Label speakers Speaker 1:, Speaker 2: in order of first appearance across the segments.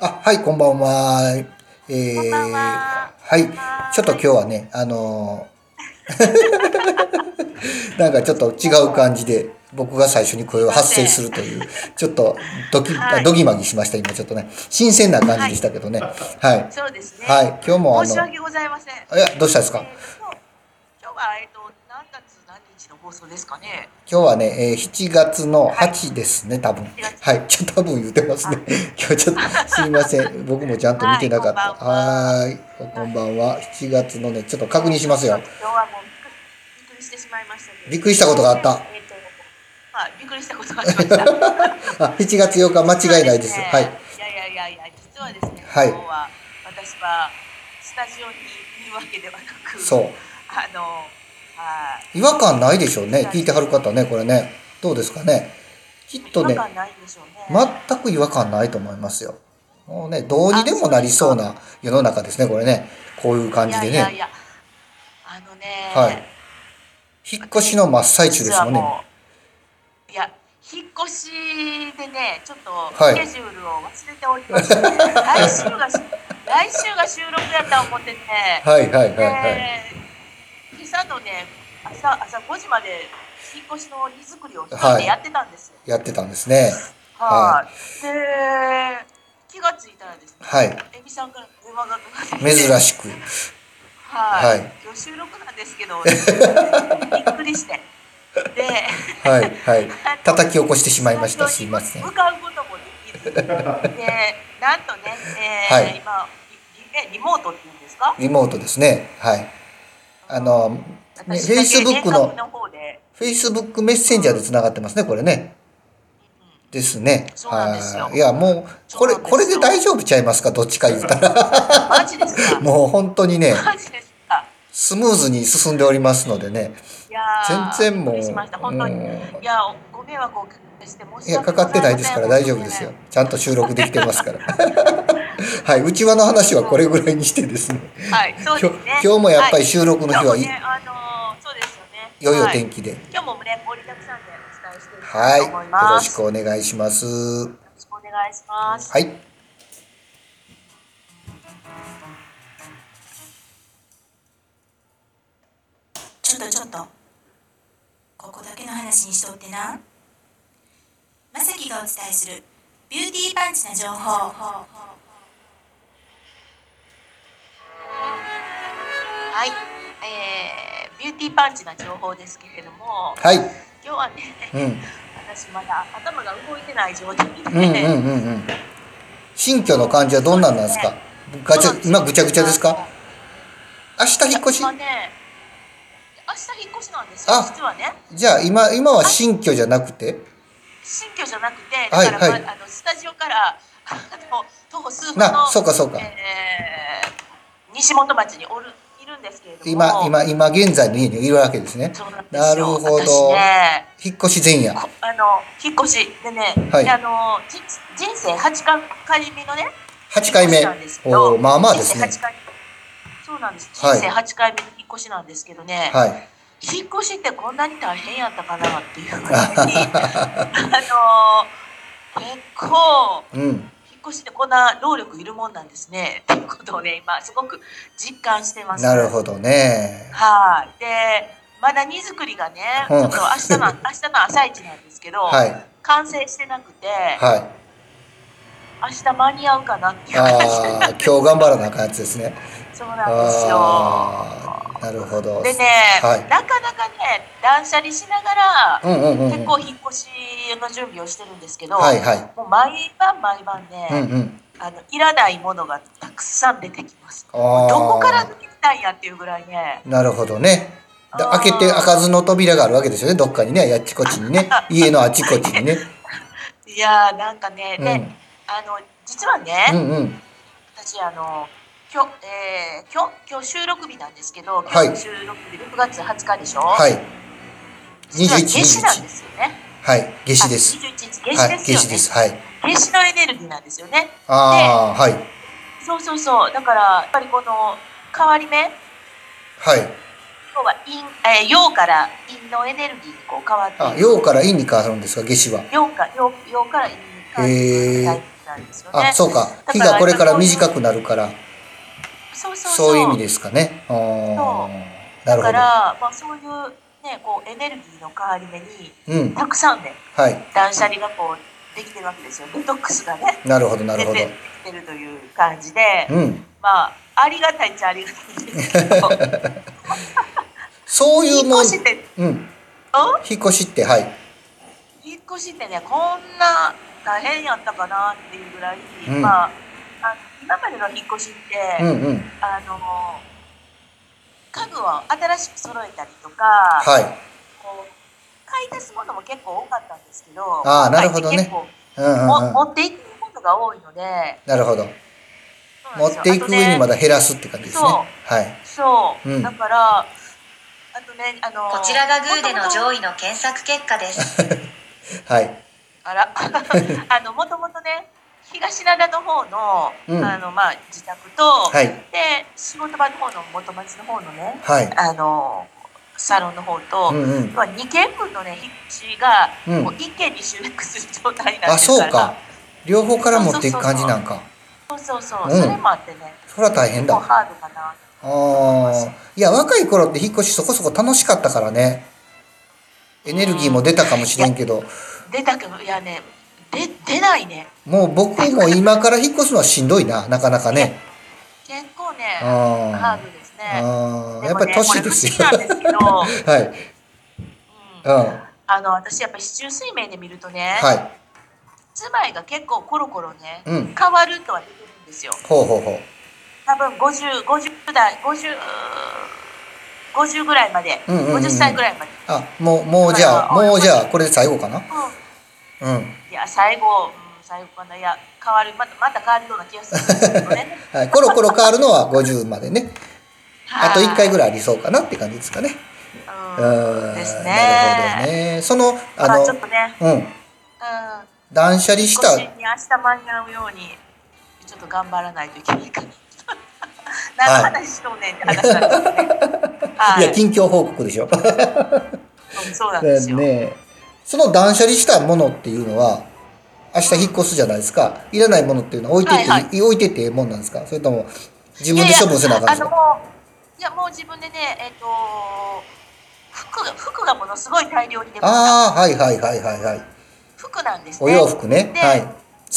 Speaker 1: あ、はい、こんばんは。えー、
Speaker 2: こんばんは
Speaker 1: はい、ちょっと今日はね、あのー なんかちょっと違う感じで、僕が最初に声を発声するという、ちょっとドキ、
Speaker 2: はい
Speaker 1: あドギマギしました、今ちょっとね。新鮮な感じでしたけどね。はい。
Speaker 2: そうですね。
Speaker 1: はい、今日もあ
Speaker 2: 申
Speaker 1: の、
Speaker 2: し
Speaker 1: い
Speaker 2: 訳ございません。
Speaker 1: や、どうしたんです
Speaker 2: え
Speaker 1: か
Speaker 2: ー今日今日はえっと何月何日の放送ですかね。
Speaker 1: 今日はね、えー7月の8ですね、多分。はい、ちょっと多分言ってますね。 今日ちょっと、すいません。僕もちゃんと見てなかった。は
Speaker 2: は
Speaker 1: ーい、こんばんは。7月のね、ちょっと確認しますよ。
Speaker 2: 今日はもうびっくりしてしまいましたけど。
Speaker 1: びっくりしたことがあった
Speaker 2: えっとはい、びっくりしたことがありました。
Speaker 1: あ、7月8日間違いないです。
Speaker 2: 実
Speaker 1: は
Speaker 2: ね
Speaker 1: い。
Speaker 2: いやいやいやいや、実はですね、
Speaker 1: はい
Speaker 2: 今日は私はスタジオにいるわけではなく、
Speaker 1: そう。
Speaker 2: あの、はい。
Speaker 1: 違和感ないでしょうね。聞いてはる方ね、これね。どうですかね。きっとね
Speaker 2: 違和、感ないんでしょうね。
Speaker 1: 全く違和感ないと思いますよ。もうね、どうにでもなりそうな世の中ですね、これね。こういう感じで
Speaker 2: いやいやい
Speaker 1: ね。
Speaker 2: や、あのね、
Speaker 1: はい。引っ越しの真っ最中ですもん
Speaker 2: 実は
Speaker 1: ね。
Speaker 2: もういや、引っ越しでね、ちょっと
Speaker 1: はい
Speaker 2: スケジュールを忘れており まして、来週がし、来週が収録やったと思ってね、
Speaker 1: はいはいはいはい。
Speaker 2: で今朝のね、朝朝5時まで引っ越しの荷造りを一人
Speaker 1: はい
Speaker 2: でやってたんですよ。
Speaker 1: やってたんですね。
Speaker 2: はい。で、気がついたらですね、
Speaker 1: はい。
Speaker 2: エビさんから電話がかかってきて
Speaker 1: 珍しく。
Speaker 2: は
Speaker 1: は
Speaker 2: い、
Speaker 1: い
Speaker 2: 今日収録なんですけど、びっくりして。で、
Speaker 1: はいはい。叩き起こしてしまいました。すいません。
Speaker 2: 向かうこともできず、で、 なんとね、えー
Speaker 1: はい
Speaker 2: 今リ、リリモートっていうんですか
Speaker 1: リモートですね。はい。あの、ね、
Speaker 2: 私だけ
Speaker 1: Facebook
Speaker 2: 遠
Speaker 1: の
Speaker 2: 隔、の方で、
Speaker 1: Facebook メッセンジャーで繋がってますね、これね。
Speaker 2: うん
Speaker 1: ですね。
Speaker 2: そうなんですよ
Speaker 1: はいいや、もう、これ、
Speaker 2: そうなんですよ
Speaker 1: これで大丈夫ちゃいますかどっちか言うたら。
Speaker 2: マジですか
Speaker 1: もう本当に ね、
Speaker 2: マジですか
Speaker 1: スムーズに進んでおりますのでね。
Speaker 2: いやー
Speaker 1: 全然もう
Speaker 2: びっくりしました、本当に。
Speaker 1: うん
Speaker 2: いや、ご迷惑をおかけして申し訳ござません
Speaker 1: いや、かかってないですから大丈夫ですよ。ちゃんと収録できてますから。 はい。内輪の話はこれぐらいにしてですね。
Speaker 2: はい、そう
Speaker 1: 今
Speaker 2: で
Speaker 1: 日
Speaker 2: すね。
Speaker 1: 今日もやっぱり収録の日はい
Speaker 2: 今日もね、あのーそうですよね。
Speaker 1: 良いお
Speaker 2: は
Speaker 1: 天気で。
Speaker 2: 今日もね、盛りだくさんでお伝えしていき
Speaker 1: は
Speaker 2: た
Speaker 1: い。よ
Speaker 2: いと思いま
Speaker 1: ろし
Speaker 2: す。
Speaker 1: くお願いします。
Speaker 2: よろしくお願いします。
Speaker 1: はい。
Speaker 3: ちょっとちょっと。ここだけの話にしとってな。まさきがお伝えするビューティーパンチな情報。
Speaker 2: はい、えー、ビューティーパンチな情報ですけれども、
Speaker 1: はい。
Speaker 2: 今日はね、
Speaker 1: うん。
Speaker 2: 私まだ頭が動いてない状態で、
Speaker 1: うんうんうんうん。新居の感じはどんなんなんですかガチ
Speaker 2: そうなん
Speaker 1: ャ、今ぐちゃぐちゃですか明日引っ越し
Speaker 2: 今ね、明日引っ越しなんですよ
Speaker 1: あ。
Speaker 2: 実はね、
Speaker 1: じゃあ今、今は新居じゃなくて
Speaker 2: 新居じゃなくて、
Speaker 1: はい
Speaker 2: だから、
Speaker 1: はい
Speaker 2: まあのスタジオからあの徒歩数分
Speaker 1: な、
Speaker 2: の
Speaker 1: そうかそうか。
Speaker 2: えー西本町におるいるんですけれども、
Speaker 1: 今、今、今現在の家にいるわけですね。
Speaker 2: そうなんですよ
Speaker 1: なるほど
Speaker 2: 私ね
Speaker 1: 引っ越し前夜。
Speaker 2: こあの引っ越しでね、
Speaker 1: はい
Speaker 2: であのじ人生8回回目のね
Speaker 1: 8回目
Speaker 2: 引っ越しなんです。けど
Speaker 1: おーまあまあですね
Speaker 2: 人。生8回目そうなんです
Speaker 1: はい
Speaker 2: 人生8回目の引っ越しなんですけどね、
Speaker 1: はい。
Speaker 2: 引っ越しってこんなに大変やったかなってい うふうにあの結構
Speaker 1: うん。
Speaker 2: 引っ越しってこんな労力いるもんなんですねっていうことをね今すごく実感してます。
Speaker 1: なるほどね。
Speaker 2: はい。で、まだ荷造りがね、ち
Speaker 1: うん
Speaker 2: ょっと明日の明日の朝一なんですけど、
Speaker 1: はい。
Speaker 2: 完成してなくて、
Speaker 1: はい。
Speaker 2: 明日間に合うかなっていう感じ
Speaker 1: ああ、今日頑張らなあかんやつですね。
Speaker 2: そうなんですよ。
Speaker 1: ああ、なるほど。
Speaker 2: でね、
Speaker 1: はい
Speaker 2: なかなかね、断捨離しながら、
Speaker 1: うんうんうんうん。
Speaker 2: 結構引っ越しの準備をしてるんですけど、
Speaker 1: はいはい。
Speaker 2: もう毎晩毎晩ね、
Speaker 1: うんうん。
Speaker 2: あのいらないものがたくさん出てきます。
Speaker 1: ああ。
Speaker 2: どこから抜けたんやっていうぐらいね。
Speaker 1: なるほどね。だ
Speaker 2: あー
Speaker 1: 開けて開かずの扉があるわけですよね。どっかにね、あっちこっち にね、家のあちこちにね。
Speaker 2: いやーなんかね、
Speaker 1: うん
Speaker 2: で、あの実はね、
Speaker 1: うんうん。
Speaker 2: 私あの今日、えー、今日今日収録日なんですけど、
Speaker 1: は
Speaker 2: 今
Speaker 1: い
Speaker 2: 日収録日6月20日でしょ。。
Speaker 1: はいい。
Speaker 2: 実は
Speaker 1: 21
Speaker 2: 夏至なんですよね。
Speaker 1: はい。夏至です
Speaker 2: あ。21日
Speaker 1: は
Speaker 2: 夏
Speaker 1: い。夏
Speaker 2: 至
Speaker 1: 至
Speaker 2: で
Speaker 1: ですす。
Speaker 2: よ
Speaker 1: はい。
Speaker 2: ね。夏至のエネルギーなんですよね。
Speaker 1: ああ、はい。
Speaker 2: そうそうそう。だからやっぱりこの変わり目、
Speaker 1: はい。
Speaker 2: 要は陰、えー、陽から陰のエネルギーにこう変わってい
Speaker 1: あ、
Speaker 2: く。
Speaker 1: 陽から陰に変わるんですか、夏至は。
Speaker 2: 陽か陽陽から陰に変わっていくみたいななんですよね。
Speaker 1: あ、そうか。
Speaker 2: だ
Speaker 1: 日がこれから短
Speaker 2: く。
Speaker 1: くなるから、
Speaker 2: そうそうそう。
Speaker 1: そういう意味
Speaker 2: で。
Speaker 1: ですかね。あ
Speaker 2: そ
Speaker 1: ーな
Speaker 2: だ
Speaker 1: る
Speaker 2: か
Speaker 1: ほ
Speaker 2: ら、まあ、そういう、ね、こう、エネルギーの代わり目に、
Speaker 1: ど。うん。
Speaker 2: たくさんね、
Speaker 1: はい。
Speaker 2: 断捨離がこう、できてるわけですよ。デトックスがね、
Speaker 1: なるほど、なる
Speaker 2: 出
Speaker 1: ほど
Speaker 2: て。きてるという感じで、
Speaker 1: うん。
Speaker 2: まあ、ありがたいっちゃありがたいんですけ ど、
Speaker 1: そういう
Speaker 2: 引っ
Speaker 1: もん
Speaker 2: 越、して、ん
Speaker 1: うん。引っ越しって、はい。
Speaker 2: 引っ越しってね、こんな大変やったかなっていうぐらい、
Speaker 1: うん
Speaker 2: まあ、あ今までの引っ越しって、
Speaker 1: うんうん。
Speaker 2: あの家具を新しく揃えたりとか、
Speaker 1: はい。
Speaker 2: こう買い足すものも結構多かったんですけど
Speaker 1: あーなるほどね
Speaker 2: 結構
Speaker 1: うんうん
Speaker 2: も、
Speaker 1: うん。
Speaker 2: 持っていくものが多いので
Speaker 1: なるほど。
Speaker 2: そう
Speaker 1: 持
Speaker 2: なんですよ
Speaker 1: っていく上にま
Speaker 2: あとね
Speaker 1: だ減らすって感じですね。
Speaker 2: そう
Speaker 1: はい。
Speaker 2: そう、
Speaker 1: うん
Speaker 2: だからあとねあの
Speaker 4: こちらがグーでの
Speaker 2: 位
Speaker 4: 上位の検索結果です。
Speaker 1: はい。
Speaker 2: あら あのもともとね東灘の方の,、
Speaker 1: うん
Speaker 2: あのまあ、自宅と、
Speaker 1: はい。
Speaker 2: で仕事場の方の元町の方のね
Speaker 1: はい。
Speaker 2: あのサロンの方と、
Speaker 1: うんうん。
Speaker 2: まあ、2軒分のね引っ越しが
Speaker 1: うん
Speaker 2: こう1軒に集約する状態にな
Speaker 1: あ、
Speaker 2: ってる
Speaker 1: そ
Speaker 2: か
Speaker 1: う
Speaker 2: ら、
Speaker 1: か。両方から持っていく感じなんか。
Speaker 2: そうそうそう
Speaker 1: うん
Speaker 2: それもあってね
Speaker 1: それは大変
Speaker 2: 結構
Speaker 1: だ。
Speaker 2: ハードかな
Speaker 1: ああ。いや、若い頃って引っ越しそこそこ楽しかったからね。エネルギーも出たかもしれんけど、
Speaker 2: 出たけどいやねで出ないね
Speaker 1: もう僕も今から引っ越すのはしんどいな、なかなかね。
Speaker 2: 結構ね
Speaker 1: うん。
Speaker 2: ハ
Speaker 1: あ
Speaker 2: ードですね
Speaker 1: あー。
Speaker 2: で
Speaker 1: やっ
Speaker 2: も
Speaker 1: ぱ
Speaker 2: ね
Speaker 1: り年ですよ。
Speaker 2: これ不思議なんですけど、
Speaker 1: はい。
Speaker 2: うん
Speaker 1: うん。は
Speaker 2: あの私やっぱ市中水面で見るとね、
Speaker 1: い。
Speaker 2: 住まいが結構コロコロね、
Speaker 1: うん
Speaker 2: 変わるとは言ってるんですよ
Speaker 1: ほうほうほう。
Speaker 2: 多分5050代5050ぐらいまで、
Speaker 1: うんうんうんうん
Speaker 2: 50歳ぐらいまで、
Speaker 1: あ、もう、もうじゃあ、もうじゃあ、これで最後かな。
Speaker 2: うん
Speaker 1: うん。
Speaker 2: いや、最後、うん、最後かな、いや、変わる、また、また変わるような気がするんですけどね。
Speaker 1: はい、コロコロ変わるのは50までね。あと1回ぐら
Speaker 2: らい。
Speaker 1: いありそうかなって感じですかね。う
Speaker 2: うん
Speaker 1: ん。
Speaker 2: ですね。
Speaker 1: なるほどね。その、あ
Speaker 2: ま
Speaker 1: の、
Speaker 2: あ、ちょっとね、
Speaker 1: うん。
Speaker 2: うん、
Speaker 1: 断捨離し
Speaker 2: 少
Speaker 1: た
Speaker 2: し、に明日間に合うように、ちょっと頑張らないといけないか な。何の話しとんねんって話な んですね。はいい、
Speaker 1: や、近況報告でしょ。
Speaker 2: うんそうなんですよ。
Speaker 1: ねその断捨離したものっていうのは、明日引っ越すじゃないですか。いらないものっていうのは置いてって、
Speaker 2: はい
Speaker 1: 置いてってええもんなんですかそれとも、自分で処分せなあかんんで
Speaker 2: あ
Speaker 1: す
Speaker 2: の、
Speaker 1: か
Speaker 2: もう、いや、もう自分でね、えっ、と服が、服がものすごい大量に出ました。
Speaker 1: ああ、はいはいはいはいはい。
Speaker 2: 服なんですね。
Speaker 1: お洋服ね。
Speaker 2: で
Speaker 1: はい。好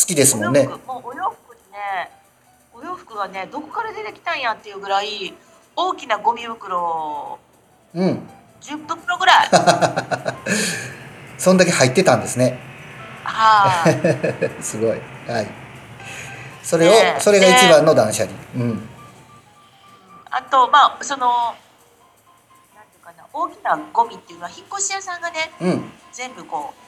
Speaker 1: きですもんね
Speaker 2: お洋。服もうお洋服にねお洋服がねどこから出てきたんやっていうぐらい大きなゴミ袋
Speaker 1: うん。
Speaker 2: 10袋ぐらい
Speaker 1: そんだけ入ってたんですね。
Speaker 2: は い
Speaker 1: すごい。はい。それを、
Speaker 2: ねえ
Speaker 1: それが一番の断捨離。うん。
Speaker 2: あとまあそのなんていうかな大きなゴミっていうのは引っ越し屋さんがね
Speaker 1: うん。
Speaker 2: 全部こう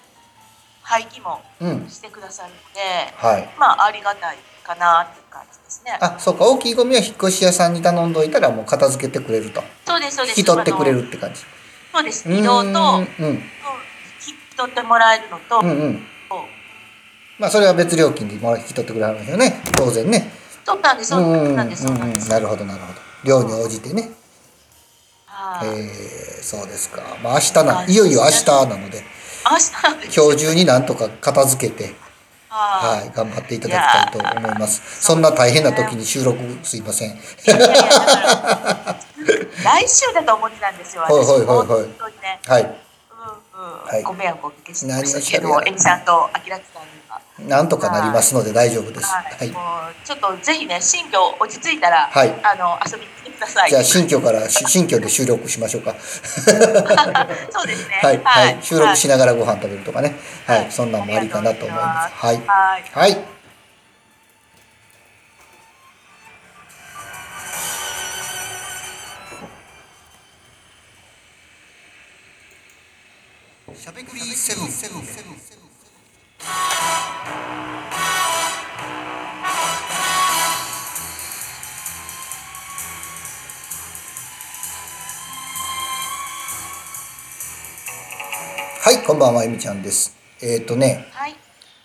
Speaker 2: 廃棄も
Speaker 1: うん。
Speaker 2: してくださるので
Speaker 1: はい。
Speaker 2: まあありがたいかなっていう感じですね
Speaker 1: あ、そうか。大きいゴミは引っ越し屋さんに頼んどいたらもう片付けてくれると。
Speaker 2: そうですそうで
Speaker 1: 引
Speaker 2: す
Speaker 1: き取ってくれ
Speaker 2: あの
Speaker 1: るって感じ。
Speaker 2: そうです
Speaker 1: うーん
Speaker 2: 移動と、うん、引
Speaker 1: うん。
Speaker 2: き取ってもらえるのと、
Speaker 1: うんうん。まあ、それは別料金でもら引き取ってくれはるんですよね。当然ね。
Speaker 2: 取ったんです
Speaker 1: う
Speaker 2: そ
Speaker 1: んうんう。
Speaker 2: うん
Speaker 1: な
Speaker 2: な
Speaker 1: ん
Speaker 2: ですそうなんです、
Speaker 1: るほど、なるほど。量に応じてね。
Speaker 2: はい
Speaker 1: えー、そうですか。まあ、明日な、いよいよ明日なので、
Speaker 2: 明日なんです
Speaker 1: 今日中になんとか片付けて、は、
Speaker 2: はい
Speaker 1: 頑張っていただきたいと思います。そんな大変な時に収録すいません。
Speaker 2: い。いやいやいやだから来週だと思ってたんです よ。
Speaker 1: はいはいはいはい
Speaker 2: 私本当にね、
Speaker 1: はい。
Speaker 2: うん
Speaker 1: は
Speaker 2: う
Speaker 1: い
Speaker 2: ん、ご迷惑をおかけしてましたけ
Speaker 1: 何をお
Speaker 2: ど
Speaker 1: っしゃる、やら
Speaker 2: エミさんとアキラキさんには、
Speaker 1: なんとかなりますので大丈夫です。は
Speaker 2: はい
Speaker 1: い。
Speaker 2: もうちょっとぜひね、新居落ち着いたら、
Speaker 1: はい
Speaker 2: あの遊びに来てください。
Speaker 1: じ ゃあ、新居から、し新居で収録しましょうか。
Speaker 2: そうですね。
Speaker 1: はい。はい。収録しながらご飯食べるとかね。は。
Speaker 2: はいい
Speaker 1: そんなんもありかなと思います。は
Speaker 2: はい
Speaker 1: い。
Speaker 2: はい。
Speaker 1: はい。しゃべくりセブンセブンセブンセブン。はい、こんばんは、ゆみちゃんです。えっ、ー、とね、
Speaker 2: はい。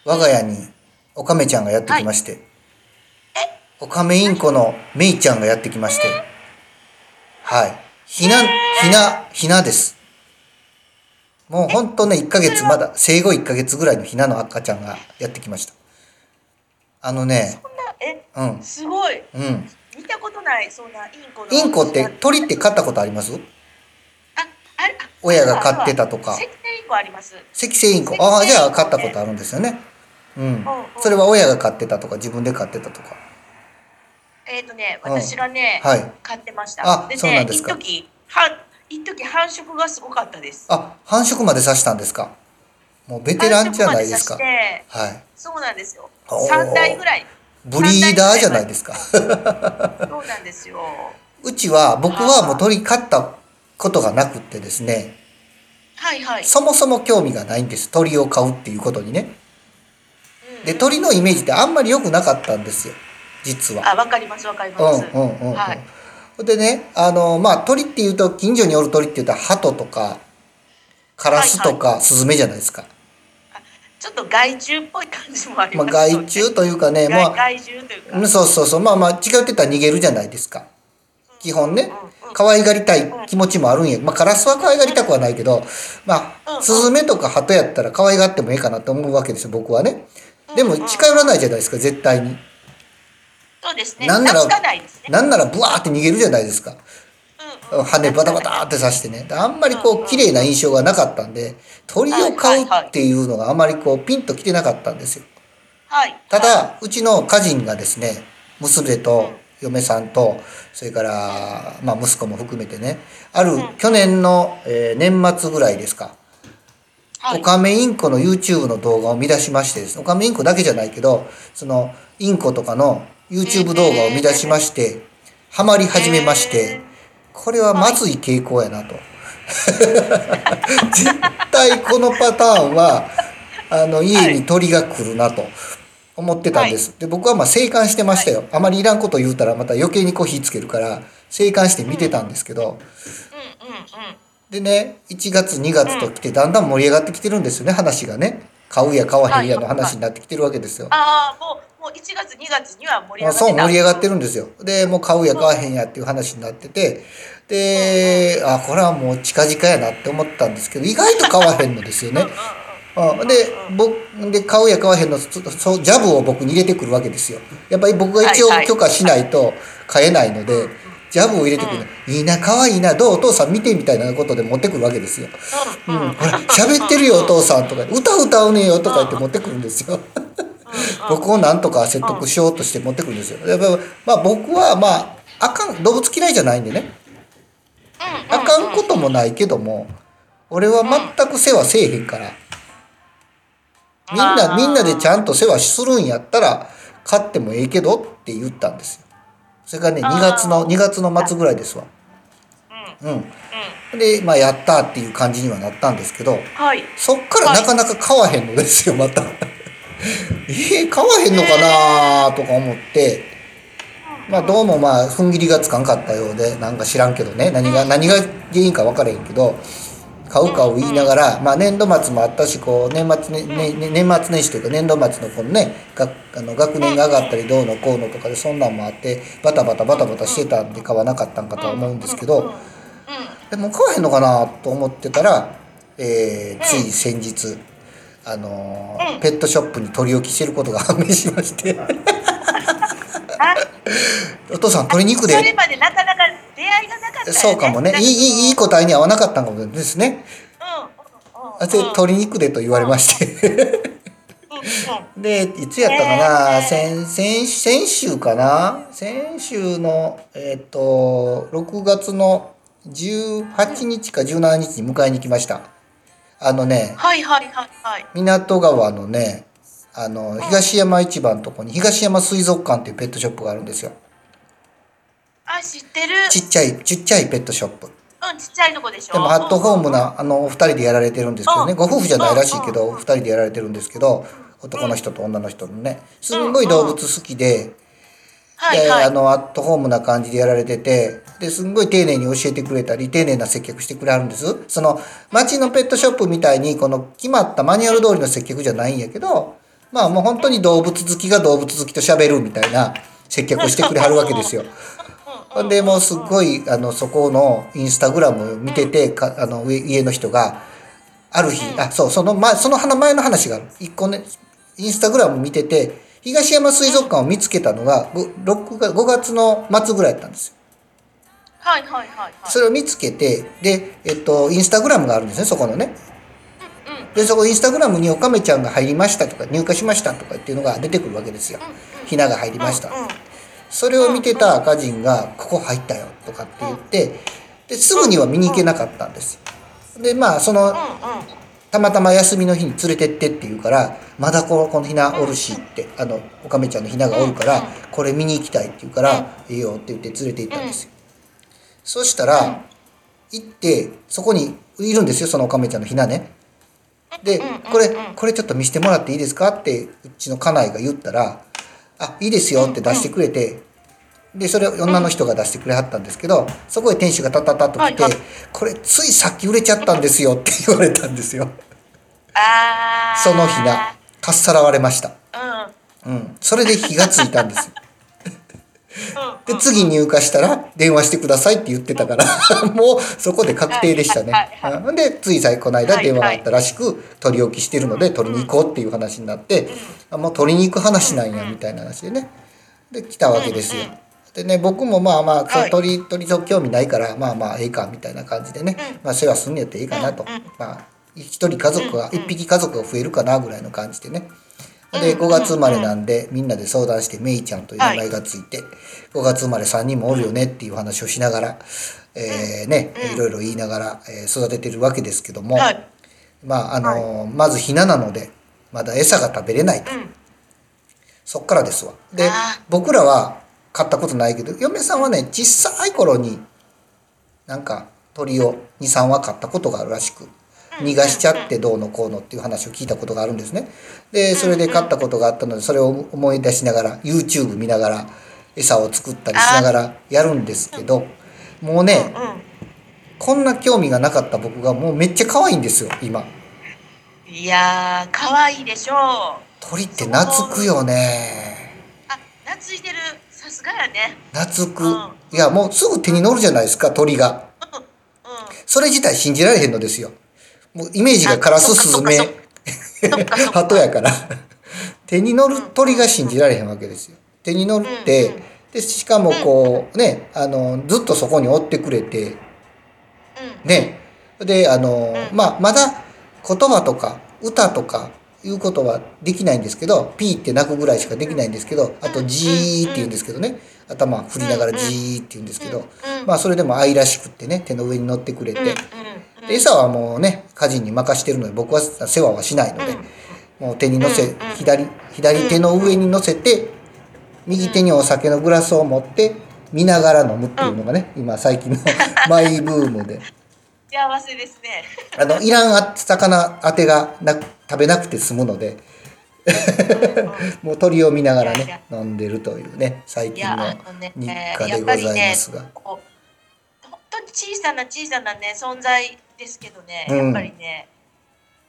Speaker 1: 我が家にオカメちゃんがやってきまして、オカメインコのメイちゃんがやってきまして、はい。ひな、ひな、ひなです。もうほんとね、1ヶ月、まだ生後1ヶ月ぐらいのひなの赤ちゃんがやってきました。あのね、
Speaker 2: そんなえ
Speaker 1: うん、
Speaker 2: すごい
Speaker 1: うん。
Speaker 2: 見たことないそんなインコの
Speaker 1: インコって、鳥って飼ったことあります
Speaker 2: ああるあ
Speaker 1: 親が飼ってたとか
Speaker 2: セ。キセイインコあります
Speaker 1: 赤星インコ。ああ、じゃあ飼ったことあるんですよね。うん。それは親が飼ってたとか、自分で飼ってたとか。
Speaker 2: えっ、とね
Speaker 1: うん
Speaker 2: 私がね、
Speaker 1: はい。
Speaker 2: 買ってました。
Speaker 1: あ
Speaker 2: で
Speaker 1: そうなん
Speaker 2: ね、
Speaker 1: です
Speaker 2: 一
Speaker 1: か
Speaker 2: 時は一時繁殖がすごかったです。
Speaker 1: あ、繁殖までさしたんですかもうベテランじゃないですか。
Speaker 2: 繁殖までさして
Speaker 1: はい。
Speaker 2: そうなんですよ
Speaker 1: お。ー
Speaker 2: 三代ぐらい。
Speaker 1: ブリーダーじゃないですか。
Speaker 2: そうなんですよ。
Speaker 1: うちは、僕はもう鳥飼ったことがなくってですね、
Speaker 2: はいはい。
Speaker 1: そもそも興味がないんです。鳥を飼うっていうことにね。
Speaker 2: うん
Speaker 1: で、鳥のイメージってあんまり良くなかったんですよ。実は。
Speaker 2: あ、わかりますわかり
Speaker 1: うん
Speaker 2: ます。
Speaker 1: うんうんうん
Speaker 2: はい
Speaker 1: でねあのまあ鳥っていうと近所におる鳥っていうと鳩とかカラスとか、スズメじゃないですか、
Speaker 2: ちょっと害虫っぽい感じもあり
Speaker 1: まあ、
Speaker 2: ますよね。
Speaker 1: 害虫というかね
Speaker 2: 害
Speaker 1: まあ
Speaker 2: 害虫というか。
Speaker 1: うんそうそうそうまあまあ違うって言ったら逃げるじゃないですか基本ね
Speaker 2: うんうん
Speaker 1: 可愛がりたい気持ちもあるんやまあカラスは可愛がりたくはないけどま
Speaker 2: うんう
Speaker 1: あ
Speaker 2: ん
Speaker 1: スズメとか鳩やったら可愛がってもいいかなと思うわけですよ僕はねでも
Speaker 2: うんうん
Speaker 1: 近寄らないじゃないですか絶対に
Speaker 2: そうですね。
Speaker 1: な
Speaker 2: なんん
Speaker 1: な
Speaker 2: な
Speaker 1: ら
Speaker 2: らつかないですね。
Speaker 1: なんならブワーって逃げるじゃないですか
Speaker 2: うんうん
Speaker 1: 羽バタバタって刺してね。であんまりこう、綺麗な印象がなかったんで、鳥を飼うっていうのがあまりこう、ピンと来てなかったんですよ。
Speaker 2: はい。
Speaker 1: た
Speaker 2: はい、
Speaker 1: だ、うちの家人がですね、娘と嫁さんと、それから、まあ息子も含めてね、ある
Speaker 2: うん
Speaker 1: 去年の、えー年末ぐらいですか、
Speaker 2: は
Speaker 1: オ
Speaker 2: い。
Speaker 1: カメインコの YouTube の動画を見出しましてですね、オカメインコだけじゃないけど、その、インコとかの YouTube 動画を見出しまして、ハマり始めまして、これはまずい傾向やなと。絶対このパターンは、あの、家に鳥が来るなと思ってたんです。で、僕はまあ生還してましたよ。あまりいらんこと言うたらまた余計にこう火つけるから、生還して見てたんですけど、
Speaker 2: うんうんうん。
Speaker 1: でね、1月2月と来てだんだん盛り上がってきてるんですよね、話がね。買うや買わへんやの話になってきてるわけですよ。
Speaker 2: ああ、もうもう一月二月には盛り上がってた。
Speaker 1: そう盛り上がってるんですよでもう買うや買わへんやっていう話になっててで、あこれはもう近々やなって思ったんですけど意外と買わへんのですよね
Speaker 2: うんうんうん。
Speaker 1: うんで僕で買うや買わへんのそそうジャブを僕に入れてくるわけですよやっぱり僕が一応
Speaker 2: はいはい
Speaker 1: 許可しないと買えないので、ジャブを入れてくる、いいな可愛いなどうお父さん見てみたいなことで持ってくるわけですよ、う
Speaker 2: うんんうん。
Speaker 1: ほら喋ってるよお父さんとか歌歌うねよとか言って持ってくるんですよ僕をなんとか説得しようとして持ってくるんですよ。やっぱまあ僕はまああかん動物嫌いじゃないんでねあかんこともないけども俺は全く世話せえへんからみんな
Speaker 2: あー
Speaker 1: みんなでちゃんと世話するんやったら飼ってもええけどって言ったんですよ。それがね
Speaker 2: あー
Speaker 1: 2月の2月の末ぐらいですわ。う
Speaker 2: うん。
Speaker 1: ん、でまあやったっていう感じにはなったんですけど
Speaker 2: はい。
Speaker 1: そっからなかなか買わへんのですよまた。 えー、買わへんのかなとか思って。まあどうもまあ踏ん切りがつかんかったようでなんか知らんけどね何が何が原因か分からへんけど買うかを言いながらまあ年度末もあったしこう年末ねねね年末年始というか年度末のこのねがあの学年が上がったりどうのこうのとかでそんなんもあってバタバタバタバタしてたんで買わなかったんかとは思うんですけどでも買わへんのかなと思ってたら、えーつい先日あのー
Speaker 2: うん
Speaker 1: ペットショップに取り置きしてることが判明しまして
Speaker 2: あ、
Speaker 1: 「お父さん鶏肉で」
Speaker 2: それまでなかなか出会いがなかったよ、ね。
Speaker 1: そうかもね。いい、いい、いい答えに合わなかったかもですね。
Speaker 2: う
Speaker 1: あ
Speaker 2: ん。う
Speaker 1: で
Speaker 2: ん。うん。
Speaker 1: 鶏肉でと言われまして。
Speaker 2: うん。うん。
Speaker 1: で、いつやったかな、
Speaker 2: ねえ
Speaker 1: 先、先、先週かな先週の、えっ、と、6月の18日か17日に迎えに来ました。あのね、
Speaker 2: はいはいはいはい。
Speaker 1: 港川のね、あの、東山市場のとこに、東山水族館っていうペットショップがあるんですよ。
Speaker 2: あ、知ってる。
Speaker 1: ちっちゃい、ちっちゃいペットショップ。
Speaker 2: うん、ちっちゃいとこでしょ。
Speaker 1: でもアットホーム
Speaker 2: な。
Speaker 1: なあのお二人でやられてるんですけどね
Speaker 2: うん
Speaker 1: ご夫婦じゃないらしいけど
Speaker 2: う
Speaker 1: お
Speaker 2: ん
Speaker 1: 二人でやられてるんですけど男の人と女の人のねすんごい動物好きで
Speaker 2: はい
Speaker 1: で
Speaker 2: はい。
Speaker 1: あのアットホームな感じでやられててですんごい丁寧に教えてくれたり丁寧な接客してくれはるんですその町のペットショップみたいにこの決まったマニュアル通りの接客じゃないんやけどまあもう本当に動物好きが動物好きと喋るみたいな接客をしてくれはるわけですよ。ほんでもうすっごいあのそこのインスタグラムを見ててかあの上家の人がある日、あそうその前その花前の話がある一個ねインスタグラム見てて東山水族館を見つけたのが、5, 6月5月の末ぐらいだったんですよ。
Speaker 2: はいはいはいはい。
Speaker 1: それを見つけて、で、えっと、インスタグラムがあるんですね、そこのね。
Speaker 2: うんうん
Speaker 1: で、そこインスタグラムにオカメちゃんが入りましたとか、入荷しましたとかっていうのが出てくるわけですよ。ひなが入りました。
Speaker 2: うんうん
Speaker 1: それを見てた赤人が、ここ入ったよとかって言って、で、すぐには見に行けなかったんです。で、まあ、その、
Speaker 2: うんうん。
Speaker 1: たまたま休みの日に連れてってって言うから、まだこのこのひなおるしって、あの、おかめちゃんのひながおるから、これ見に行きたいって言うから、いいよって言って連れて行ったんですよ。そしたら、行って、そこにいるんですよ、そのおかめちゃんのひなね。で、これ、これちょっと見せてもらっていいですかって、うちの家内が言ったら、あ、いいですよって出してくれて、で、それを女の人が出してくれはったんですけど、そこへ店主がタタタと来て、
Speaker 2: はいは
Speaker 1: これついさっき売れちゃったんですよって言われたんですよ。
Speaker 2: ああ。
Speaker 1: そのひな、かっさらわれました。
Speaker 2: うん。
Speaker 1: うん。それで火がついたん ですよ。
Speaker 2: うん。
Speaker 1: で、次入荷したら、電話してくださいって言ってたから、 もうそこで確定でしたね
Speaker 2: はいはいは。
Speaker 1: うんで、つい最この間
Speaker 2: はい
Speaker 1: 電話があったらしく、取り置きしてるので、取りに行こうっていう話になって、あもう取りに行く話なんや、みたいな話でね。で、来たわけですよ
Speaker 2: うんうん。
Speaker 1: でね、僕もまあまあ、そう
Speaker 2: はい
Speaker 1: 鳥、鳥と興味ないから、まあまあ、ええか、みたいな感じでね、まあ、世話すんねやっていいかなと
Speaker 2: うんうん。
Speaker 1: まあ、一人家族が、
Speaker 2: うんう
Speaker 1: 一匹家族が増えるかな、ぐらいの感じでね。で、5月生まれなんで、みんなで相談して、メイちゃんという名前がついて、5月生まれ3人もおるよねっていう話をしながら、えーね、いろいろ言いながら、えー育ててるわけですけども、
Speaker 2: はい。
Speaker 1: まあ、あのーまずヒナなので、まだ餌が食べれないと。
Speaker 2: うん。
Speaker 1: そっからですわ。で
Speaker 2: あ、
Speaker 1: 僕らは買ったことないけど、嫁さんはね、小さい頃に、なんか鳥を2、3羽買ったことがあるらしく、逃がしちゃってどうのこうのっていう話を聞いたことがあるんですね。で、それで買ったことがあったので、それを思い出しながら、YouTube 見ながら、餌を作ったりしながらやるんですけど、もうね、
Speaker 2: う
Speaker 1: こんな興味がなかった僕がもうめっちゃ可愛いんですよ、今。
Speaker 2: ん。いやー、可愛いでしょう。あ、
Speaker 1: 鳥って懐くよね。
Speaker 2: 懐いてる。さすがやね。
Speaker 1: 懐く、
Speaker 2: うん
Speaker 1: いやもうすぐ手に乗るじゃないですか鳥が
Speaker 2: う
Speaker 1: それ自体信じられへんのですよもうイメージがカラス
Speaker 2: あ
Speaker 1: ス
Speaker 2: そ
Speaker 1: ズ
Speaker 2: っか
Speaker 1: メ
Speaker 2: そっかそっかそっ か
Speaker 1: 鳩やから手に乗る鳥が信じられへんわけですよ手に乗るって、
Speaker 2: うんうん
Speaker 1: でしかもこうねあのずっとそこに追ってくれて
Speaker 2: ん。うん。
Speaker 1: ねであの、
Speaker 2: うん
Speaker 1: まあまだ言葉とか歌とかいうことはできないんですけど、ピーって鳴くぐらいしかできないんですけど、あとジーって言うんですけどね、頭振りながらジーって言うんですけど、
Speaker 2: うん。
Speaker 1: まあそれでも愛らしくってね、手の上に乗ってくれ
Speaker 2: うん。うん
Speaker 1: て。。で餌はもうね、家人に任してるので僕は世話はしないので、もう手に乗
Speaker 2: うんう
Speaker 1: せ
Speaker 2: ん、
Speaker 1: 左、左手の上に乗せて、右手にお酒のグラスを持って、見ながら飲むっていうのがね、今最近の マイブームで。
Speaker 2: 幸せですね。
Speaker 1: あの、いらんあ魚当てがなく食べなくて済むの で、もう鳥を見ながら
Speaker 2: いや
Speaker 1: ね、飲んでるというね、最
Speaker 2: い
Speaker 1: 近
Speaker 2: や、
Speaker 1: の
Speaker 2: あのね
Speaker 1: 日、課
Speaker 2: や
Speaker 1: で
Speaker 2: っ
Speaker 1: ご
Speaker 2: ぱ
Speaker 1: ざ
Speaker 2: り
Speaker 1: い
Speaker 2: ね
Speaker 1: ますが。、
Speaker 2: こう、本当に小さな小さなね、存在ですけどね、
Speaker 1: うん
Speaker 2: やっぱりね、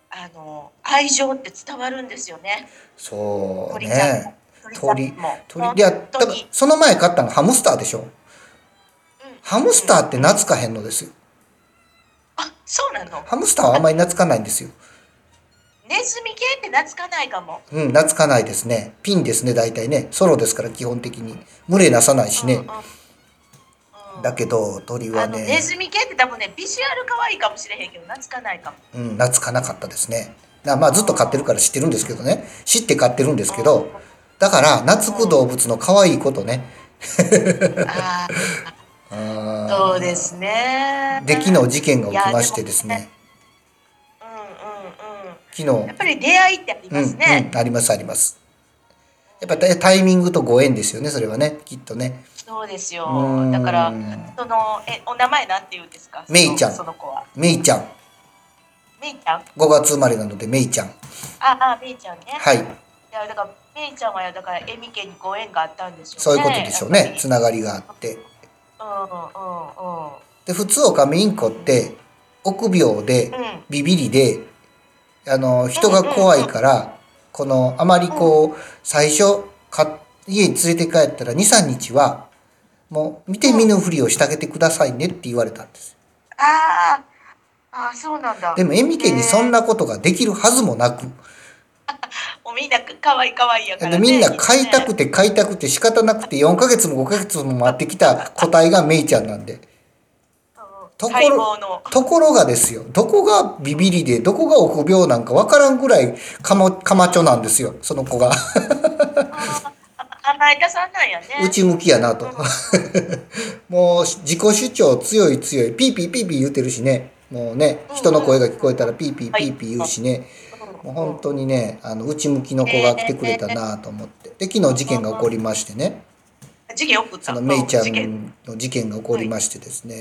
Speaker 2: あの、愛情って伝わるんですよね。
Speaker 1: そう
Speaker 2: 鳥ちゃん
Speaker 1: ね
Speaker 2: も。。
Speaker 1: 鳥
Speaker 2: ちゃんも
Speaker 1: 鳥いやだ
Speaker 2: 本
Speaker 1: か
Speaker 2: 当
Speaker 1: ら
Speaker 2: に
Speaker 1: その前買ったのハムスターでしょハムスターって懐かへんのですよ
Speaker 2: あ、そうなの。
Speaker 1: ハムスターはあんまり懐かないんですよ
Speaker 2: ネズミ系って懐かないかも。
Speaker 1: うん懐かないですねピンですね大体ねソロですから基本的に群れなさないし
Speaker 2: うん
Speaker 1: ね
Speaker 2: うんうん
Speaker 1: だけど鳥
Speaker 2: あ
Speaker 1: は
Speaker 2: の
Speaker 1: ね
Speaker 2: ネズミ系って多分ねビジュアル可愛いかもしれへんけど懐かないかも
Speaker 1: うん懐かなかったですねなまあずっと飼ってるから知ってるんですけどね知って飼ってるんですけどだから懐く動物の可愛いことね
Speaker 2: ああ
Speaker 1: あ
Speaker 2: そうですね
Speaker 1: ーで昨日事件が起きましてです
Speaker 2: いやで
Speaker 1: ね
Speaker 2: うんうんう
Speaker 1: 昨
Speaker 2: ん
Speaker 1: 日
Speaker 2: やっぱり出会いってありますね、
Speaker 1: うんうん、ありますあります。やっぱタタイミングとご縁ですよね、それはね、きっとね。
Speaker 2: そうです
Speaker 1: う
Speaker 2: よ
Speaker 1: ん
Speaker 2: だからそのえお名前なんて言うんですか
Speaker 1: メイちゃん
Speaker 2: そのその子は
Speaker 1: めいちゃん、
Speaker 2: メイちゃんあ
Speaker 1: 5月生まれなのでめいちゃん。
Speaker 2: あメイちゃんね、、
Speaker 1: はいい、
Speaker 2: やだからメイちゃんはだからエミ家にご縁があったんでしょうね
Speaker 1: そういうことでしょう
Speaker 2: やっ
Speaker 1: ね
Speaker 2: ぱ、り
Speaker 1: つながりがあって。
Speaker 2: う
Speaker 1: で、普通オカメインコって、臆病で
Speaker 2: んうんうんうん
Speaker 1: ビビりで、あの、人が怖いから、この、あまりこう、最初、か家に連れて帰ったら2、3日は、もう、見て見ぬふりをしてあげてくださいねって言われたんです。
Speaker 2: あーあーそうなんだ
Speaker 1: でも、エミ家にそんなことができるはずもなく、
Speaker 2: もうみんなかわいいかわいいやから、ね。
Speaker 1: でみんな買いたくて買いたくて仕方なくて4ヶ月も5ヶ月も待ってきた個体がメイちゃんなんで。と
Speaker 2: と
Speaker 1: こ
Speaker 2: ころ
Speaker 1: ろ
Speaker 2: の、
Speaker 1: ところがですよ、どこがビビりで、どこが臆病なんかわからんぐらいかま、かまちょなんですよ、その子が。
Speaker 2: 甘えたさんなんやね。
Speaker 1: 内向きやなと
Speaker 2: うん。
Speaker 1: もう、自己主張強い強い、ピーピーピーピー言ってるしね、もうね、人の声が聞こえたらピーピーピーピー言うしね、もう本当にね、あの、内向きの子が来てくれたなと思って。で、昨日事件が起こりましてね。
Speaker 2: 事件起こった。
Speaker 1: そのメイちゃ
Speaker 2: 事件
Speaker 1: んの事件が起こりましてですね、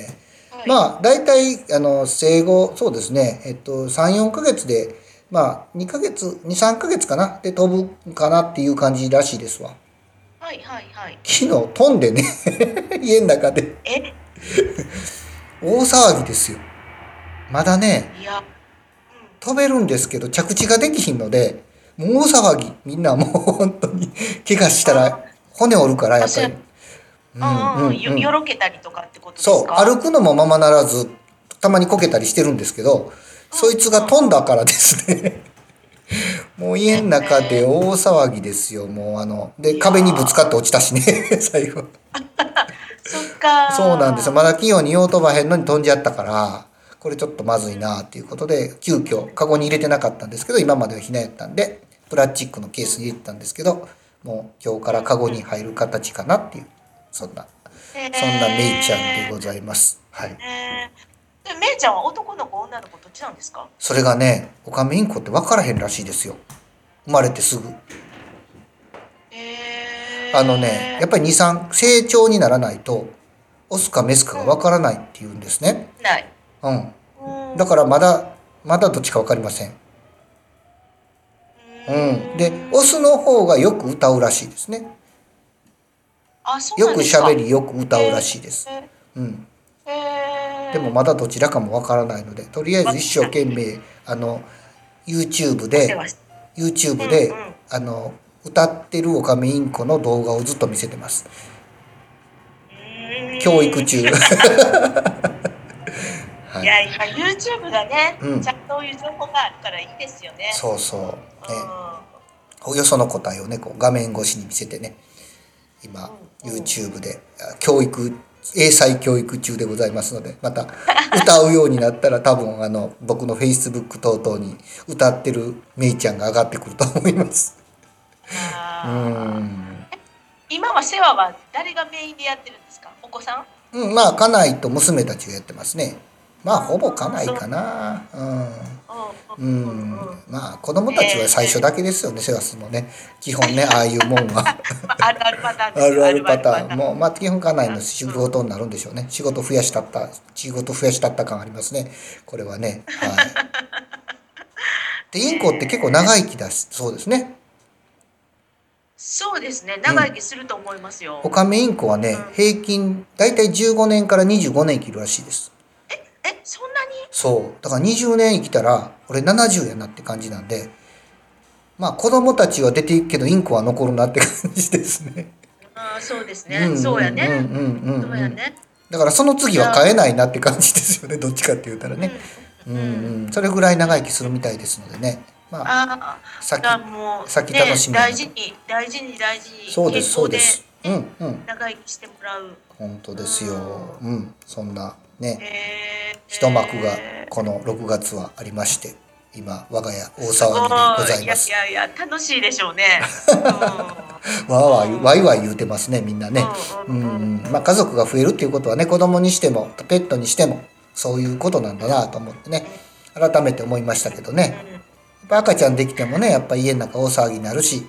Speaker 2: はい
Speaker 1: まあ大体あの生後そうですね、えっと、34ヶ月でまあ2ヶ月23ヶ月かなで飛ぶかなっていう感じらしいですわ
Speaker 2: はいはいはい。
Speaker 1: 昨日飛んでね 家の中で
Speaker 2: え、
Speaker 1: 大騒ぎですよまだね
Speaker 2: いや、
Speaker 1: 飛べるんですけど着地ができひんのでもう大騒ぎみんなもう本当に 怪我したら骨折るからやっぱり
Speaker 2: うんうんうん、よよろけたりとかってことですか。
Speaker 1: そう歩くのもままならずたまにこけたりしてるんですけどそいつが飛んだからですね もう家の中で大騒ぎですよもうあので壁にぶつかって落ちたしね 最後
Speaker 2: そっか。
Speaker 1: そうなんですよまだ器用に用飛ばへんのに飛んじゃったからこれちょっとまずいなっていうことで急遽カゴに入れてなかったんですけど今まではひなやったんでプラスチックのケースに入れてたんですけどもう今日からカゴに入る形かなっていうそんな
Speaker 2: へー
Speaker 1: そんなメイちゃんでございますはい。
Speaker 2: へーで、メイちゃんは男の子、女の子、どっちなんですか。
Speaker 1: それがね、オカメインコって分からへんらしいですよ。生まれてすぐ。
Speaker 2: へー
Speaker 1: あのね、やっぱり2、3、成長にならないと、オスかメスかが分からないっていうんですね。
Speaker 2: ない。
Speaker 1: うん。
Speaker 2: うん
Speaker 1: だからまだ、まだどっちか分かりません。うん。で、オスの方がよく歌うらしいですね。
Speaker 2: あ、そう
Speaker 1: よ
Speaker 2: なん
Speaker 1: く
Speaker 2: ですか
Speaker 1: 喋。り、よく歌うらしいです。
Speaker 2: へ
Speaker 1: うん。
Speaker 2: ーへー
Speaker 1: でもまだどちらかも分からないので、とりあえず一生懸命、あの、YouTube で、
Speaker 2: 世話して
Speaker 1: YouTube で、
Speaker 2: うんうん
Speaker 1: あの歌ってるオカメインコの動画をずっと見せてます
Speaker 2: うーん
Speaker 1: 教育 中はいい
Speaker 2: や、今 YouTube がね、
Speaker 1: うん
Speaker 2: ちゃんとそういう情報があるからいいですよね。
Speaker 1: そうそうね
Speaker 2: うん
Speaker 1: およその答えをねこう画面越しに見せてね今
Speaker 2: うんうん
Speaker 1: YouTube であ教育英才教育中でございますのでまた歌うようになったら多分あの僕の Facebook 等々に歌ってるメイちゃんが上がってくると思いますう
Speaker 2: あー
Speaker 1: ん
Speaker 2: 今は世話は誰がメインでやってるんですかお子さん
Speaker 1: うん、まあ家内と娘たちがやってますね。まあほぼ家内かな。う。
Speaker 2: うん
Speaker 1: うん。まあ子供たちは最初だけですよね、セガスもね。基本ね、ああいうもんは。
Speaker 2: まあ、あるあるパターンで
Speaker 1: あ
Speaker 2: す
Speaker 1: る
Speaker 2: よ
Speaker 1: あるパターン。
Speaker 2: あるある
Speaker 1: もう、まあ基本家内の仕事になるんでしょうね。仕事増やしたった、仕事増やしたった感ありますね。これはね。はい。で、インコって結構長生きだし、そうですね。
Speaker 2: そうですね長生きすると思いますよ、
Speaker 1: オカメインコはね、平均、だいたい15年から25年生きるらしいです。
Speaker 2: えそんなに
Speaker 1: そう。だから20年生きたら、俺70やなって感じなんで、まあ子供たちは出ていくけど、インコは残るなって感じですね。
Speaker 2: あーそうです
Speaker 1: ん
Speaker 2: ね、
Speaker 1: ん
Speaker 2: そうや
Speaker 1: うん
Speaker 2: ね、
Speaker 1: うんうん
Speaker 2: そううや
Speaker 1: ん。
Speaker 2: ね、
Speaker 1: だからその次は飼えないなって感じですよね、どっちかって言ったらね。うんうん。それぐらい長生きするみたいですのでね。まあ、
Speaker 2: ああ
Speaker 1: さっ
Speaker 2: じゃあ
Speaker 1: き、
Speaker 2: もう
Speaker 1: 先楽しみ
Speaker 2: ね、大事に大事に大事に
Speaker 1: そうです、そうです。う
Speaker 2: 健
Speaker 1: ん
Speaker 2: 康で
Speaker 1: うん。
Speaker 2: 長生きしてもらう、
Speaker 1: 本当ですよ。うん。そんな、ね、
Speaker 2: えー、
Speaker 1: 一幕がこの6月はありまして、今、我が家大騒ぎでございます
Speaker 2: い。やいやいや楽しいでしょうね。うん
Speaker 1: わーわーわいわい言うてますねみんなね。う
Speaker 2: うんん
Speaker 1: う
Speaker 2: うん
Speaker 1: んまあ、家族が増えるっていうことはね子供にしてもペットにしてもそういうことなんだなと思ってね改めて思いましたけどね
Speaker 2: うん
Speaker 1: やっぱ赤ちゃんできてもねやっぱ家の中大騒ぎになるし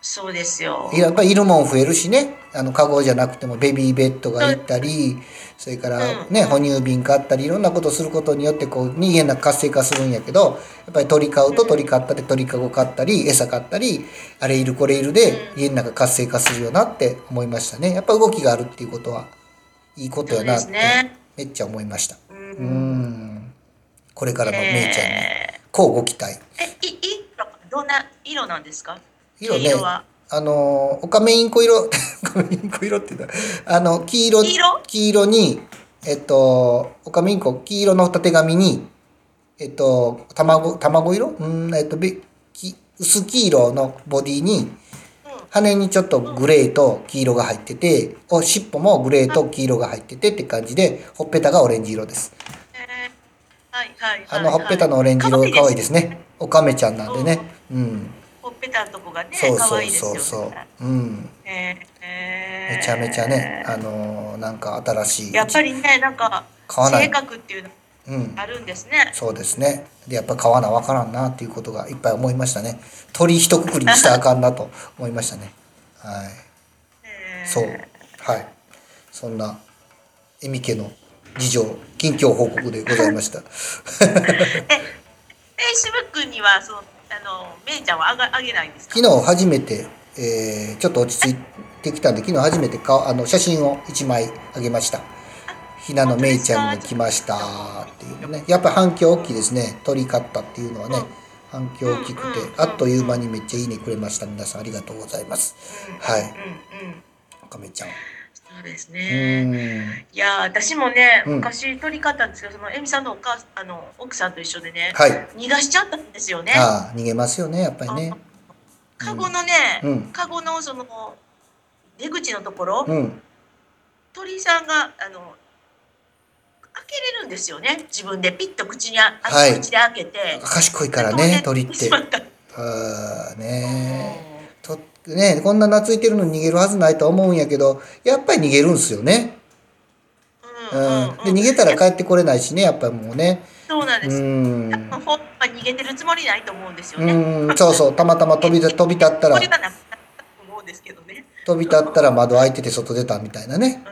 Speaker 2: そうですよ。
Speaker 1: やっぱいるもん増えるしねあのカゴじゃなくてもベビーベッドがいったりそれからね哺乳瓶買ったりいろんなことすることによってこう、ね、家の中活性化するんやけどやっぱり鳥買うと鳥買ったり鳥かご買ったり餌買ったりあれいるこれいるで家の中活性化するよなって思いましたねやっぱ動きがあるっていうことはいいことやなっ
Speaker 2: そ
Speaker 1: て
Speaker 2: うですね
Speaker 1: めっちゃ思いました
Speaker 2: う
Speaker 1: うんんこれからのめいちゃんに
Speaker 2: え
Speaker 1: こうご期待
Speaker 2: ーえいい色どんな色なんですか？
Speaker 1: 色ね
Speaker 2: 黄色は
Speaker 1: あの、オカメインコ色、 オカメインコ色って言うたあの、黄色、
Speaker 2: 黄色
Speaker 1: に、えっと、オカメインコ、黄色のたてがみに、えっと、卵、卵色うん、えっと、べ、き、薄黄色のボディに、
Speaker 2: うん
Speaker 1: 羽にちょっとグレーと黄色が入ってて、お尻尾もグレーと黄色が入っててって感じで、ほっぺたがオレンジ色です。
Speaker 2: えーはいはいは
Speaker 1: あ
Speaker 2: い
Speaker 1: のほっぺたのオレンジ色が可愛いですね。おかめちゃんなんでね。うん。
Speaker 2: ほっぺたのとこがね
Speaker 1: そう
Speaker 2: 可
Speaker 1: そ
Speaker 2: 愛
Speaker 1: う
Speaker 2: いですよ
Speaker 1: そう
Speaker 2: ね
Speaker 1: そう。うん。
Speaker 2: えーえー
Speaker 1: めちゃめちゃね、あのーなんか新しい。
Speaker 2: やっぱりねなんか
Speaker 1: 買わない
Speaker 2: 性格っていうの
Speaker 1: うん。
Speaker 2: あるんですね
Speaker 1: そうですね。で、やっぱ買わなわからんなっていうことがいっぱい思いましたね。鳥一括りにしたらあかんなと思いましたね。はい。
Speaker 2: えー
Speaker 1: そう。はい。そんな、エミ家の事情、近況報告でございました。
Speaker 2: Facebook にはそのあのめいちゃんはあがあげないんですか
Speaker 1: 昨日初めて、えーちょっと落ち着いてきたんで、昨日初めてかあの写真を1枚あげました。ひなのめいちゃんが来ましたっていうね。やっぱ反響大きいですね。鳥飼ったっていうのはね、反響大きくて
Speaker 2: うんうんうん、
Speaker 1: あっという間にめっちゃいいねくれました。皆さんありがとうございます。は
Speaker 2: う
Speaker 1: い。
Speaker 2: んうん
Speaker 1: かめちゃん。
Speaker 2: そうです
Speaker 1: う
Speaker 2: ね、
Speaker 1: ーん。
Speaker 2: いやー私もね
Speaker 1: うん
Speaker 2: 昔取り方ですけどそのえみさんのお母あの奥さんと一緒でね、
Speaker 1: はい。
Speaker 2: 逃がしちゃったんですよね
Speaker 1: ああ、逃げますよね、やっぱりね。
Speaker 2: カゴのね、
Speaker 1: うん。
Speaker 2: カゴのその出口のところ、
Speaker 1: うん。
Speaker 2: 鳥さんがあの開けれるんですよね自分でピッと口にあ、
Speaker 1: はい
Speaker 2: 口で開けて
Speaker 1: 賢いからね、鳥って
Speaker 2: 飛んでし。まった
Speaker 1: ああ、ねえ。とね、こんな懐いてるのに逃げるはずないとは思うんやけどやっぱり逃げるんすよね、う
Speaker 2: うん
Speaker 1: ん
Speaker 2: うんうん
Speaker 1: で逃げたら帰ってこれないしねやっぱりもうね
Speaker 2: そうなんで
Speaker 1: う
Speaker 2: す、
Speaker 1: ん
Speaker 2: 多分本は逃げてるつもりないと思うんですよね、
Speaker 1: うんそうそうたまたま飛びだ飛び立ったら
Speaker 2: それがなかったと思うんですけどね、
Speaker 1: 飛び立ったら窓開いてて外出たみたいなね、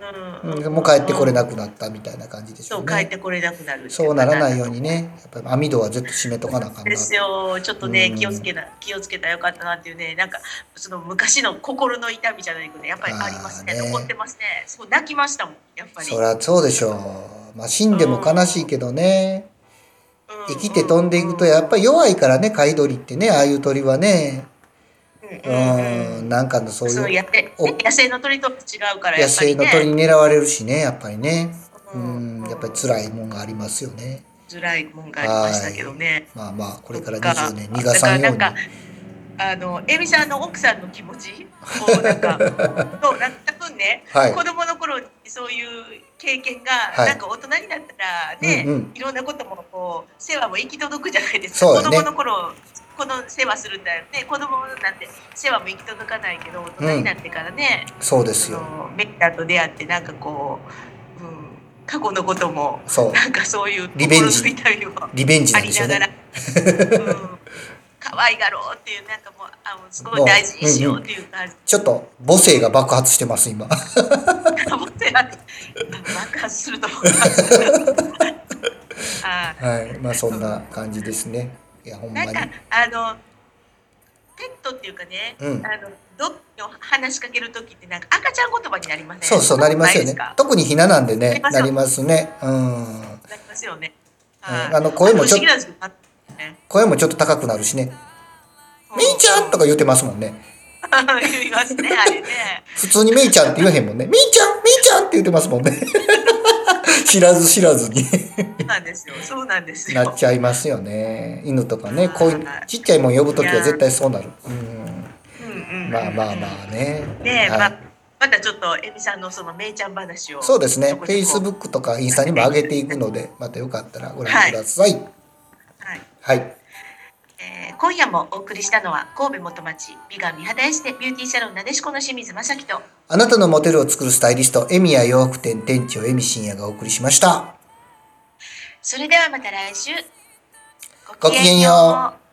Speaker 2: う
Speaker 1: うん、もう帰ってこれ
Speaker 2: く
Speaker 1: なくなったみたいな感じでしょ
Speaker 2: そうう帰っ
Speaker 1: ね
Speaker 2: てこれなくなる
Speaker 1: そうならないよう
Speaker 2: に
Speaker 1: にねやっぱり網戸はずっと閉めとかなあかんな
Speaker 2: ですよちょっとね
Speaker 1: うん
Speaker 2: 気をつけな気をつけたらよかったなっていうねなんかその昔の心の痛みじゃないけどねやっぱりありますね
Speaker 1: あーね
Speaker 2: 残ってますねすごい泣きましたもんやっぱり
Speaker 1: そりゃそうでしょう、まあ、死んでも悲しいけどね
Speaker 2: うん
Speaker 1: 生きて飛んでいくとやっぱり弱いからね飼い鳥ってねああいう鳥はね
Speaker 2: うんうん
Speaker 1: う、
Speaker 2: うんん
Speaker 1: なんかのそう
Speaker 2: そう
Speaker 1: いう
Speaker 2: やって
Speaker 1: お
Speaker 2: 野生の鳥と違うからや
Speaker 1: 野
Speaker 2: っぱり
Speaker 1: 生の
Speaker 2: ね
Speaker 1: 鳥に狙われるしね、やっぱりね。う
Speaker 2: うん
Speaker 1: ん、やっぱり辛いもんがありますよね。
Speaker 2: 辛いもんがありましたけどね
Speaker 1: まあまあ、これから
Speaker 2: そっ
Speaker 1: 20年逃がさんよう
Speaker 2: だ
Speaker 1: に。
Speaker 2: からなんかあのエミさんの奥さんの気持ちをな んかそうなんか多分ね
Speaker 1: はい
Speaker 2: 子。供の頃にそういう経験が、
Speaker 1: はい
Speaker 2: なんか大人になったらね、
Speaker 1: うんうん
Speaker 2: いろんなこともこう世話も行き届くじゃないですか、
Speaker 1: そう
Speaker 2: 子
Speaker 1: だね
Speaker 2: 供の頃この世話するんだよね子供なんて世話も行き届かないけど大人になってからね、
Speaker 1: そうです
Speaker 2: そ
Speaker 1: よ。
Speaker 2: のメッタと出会ってなんかこう、うん、過去のことも
Speaker 1: そう。
Speaker 2: なんかそういう
Speaker 1: リベンジ
Speaker 2: 心の痛みも
Speaker 1: リベンジ
Speaker 2: あ
Speaker 1: なんで
Speaker 2: り
Speaker 1: しょ
Speaker 2: な
Speaker 1: う
Speaker 2: がら
Speaker 1: ね。。
Speaker 2: うん可愛がろうっていうなんかもうあのすごい大事にしようっていう感じ
Speaker 1: ちょっと母性が爆発してます、今。
Speaker 2: 思ってなく爆発すると思います。あ
Speaker 1: はい。まあそんな感じですね。いや、ほん
Speaker 2: ー
Speaker 1: ま
Speaker 2: なん
Speaker 1: に。
Speaker 2: かあのペットっていうかね、
Speaker 1: うん
Speaker 2: あのドッグを話しかける時ってなんか赤ちゃん言葉になりません
Speaker 1: そうそう、なりますよね
Speaker 2: いですか。
Speaker 1: 特にひななんでね、な
Speaker 2: な
Speaker 1: り
Speaker 2: り
Speaker 1: ますね。うん。
Speaker 2: なりますよね。
Speaker 1: あ
Speaker 2: はい
Speaker 1: の声もちょっ
Speaker 2: 不思
Speaker 1: と
Speaker 2: 議なんですけどあね
Speaker 1: 声もちょっと高くなるしね。
Speaker 2: う
Speaker 1: めいちゃ んとか言ってますもんね。
Speaker 2: 言いますねあれね。
Speaker 1: 普通にめいちゃんって言えへんもんね。めいちゃんめいちゃんって言ってますもんね。 知らず知らずに
Speaker 2: そうなんですよ。そうなんですよ。
Speaker 1: なっちゃいますよね。犬とかね、こういう
Speaker 2: はい
Speaker 1: ちっちゃいもん呼ぶときは絶対そうなる。う
Speaker 2: うんうん
Speaker 1: ん、
Speaker 2: うん
Speaker 1: まあまあまあね。
Speaker 2: ねえ、
Speaker 1: は
Speaker 2: ま
Speaker 1: い、
Speaker 2: またちょっとえみさんのそのめいちゃん話を
Speaker 1: そうですね。
Speaker 2: ちょこちょこ
Speaker 1: Facebook とかインスタにも上げていくの で、またよかったらご覧ください。
Speaker 2: はい。
Speaker 1: はい。
Speaker 2: えー今夜もお送りしたのは神戸元町美が美肌エステビューティーサロンなでしこの清水正樹と
Speaker 1: あなたのモデルを作るスタイリスト、エミヤ洋服店店長エミ深也がお送りしました。
Speaker 2: それではまた来週
Speaker 1: ごきげんよ
Speaker 2: う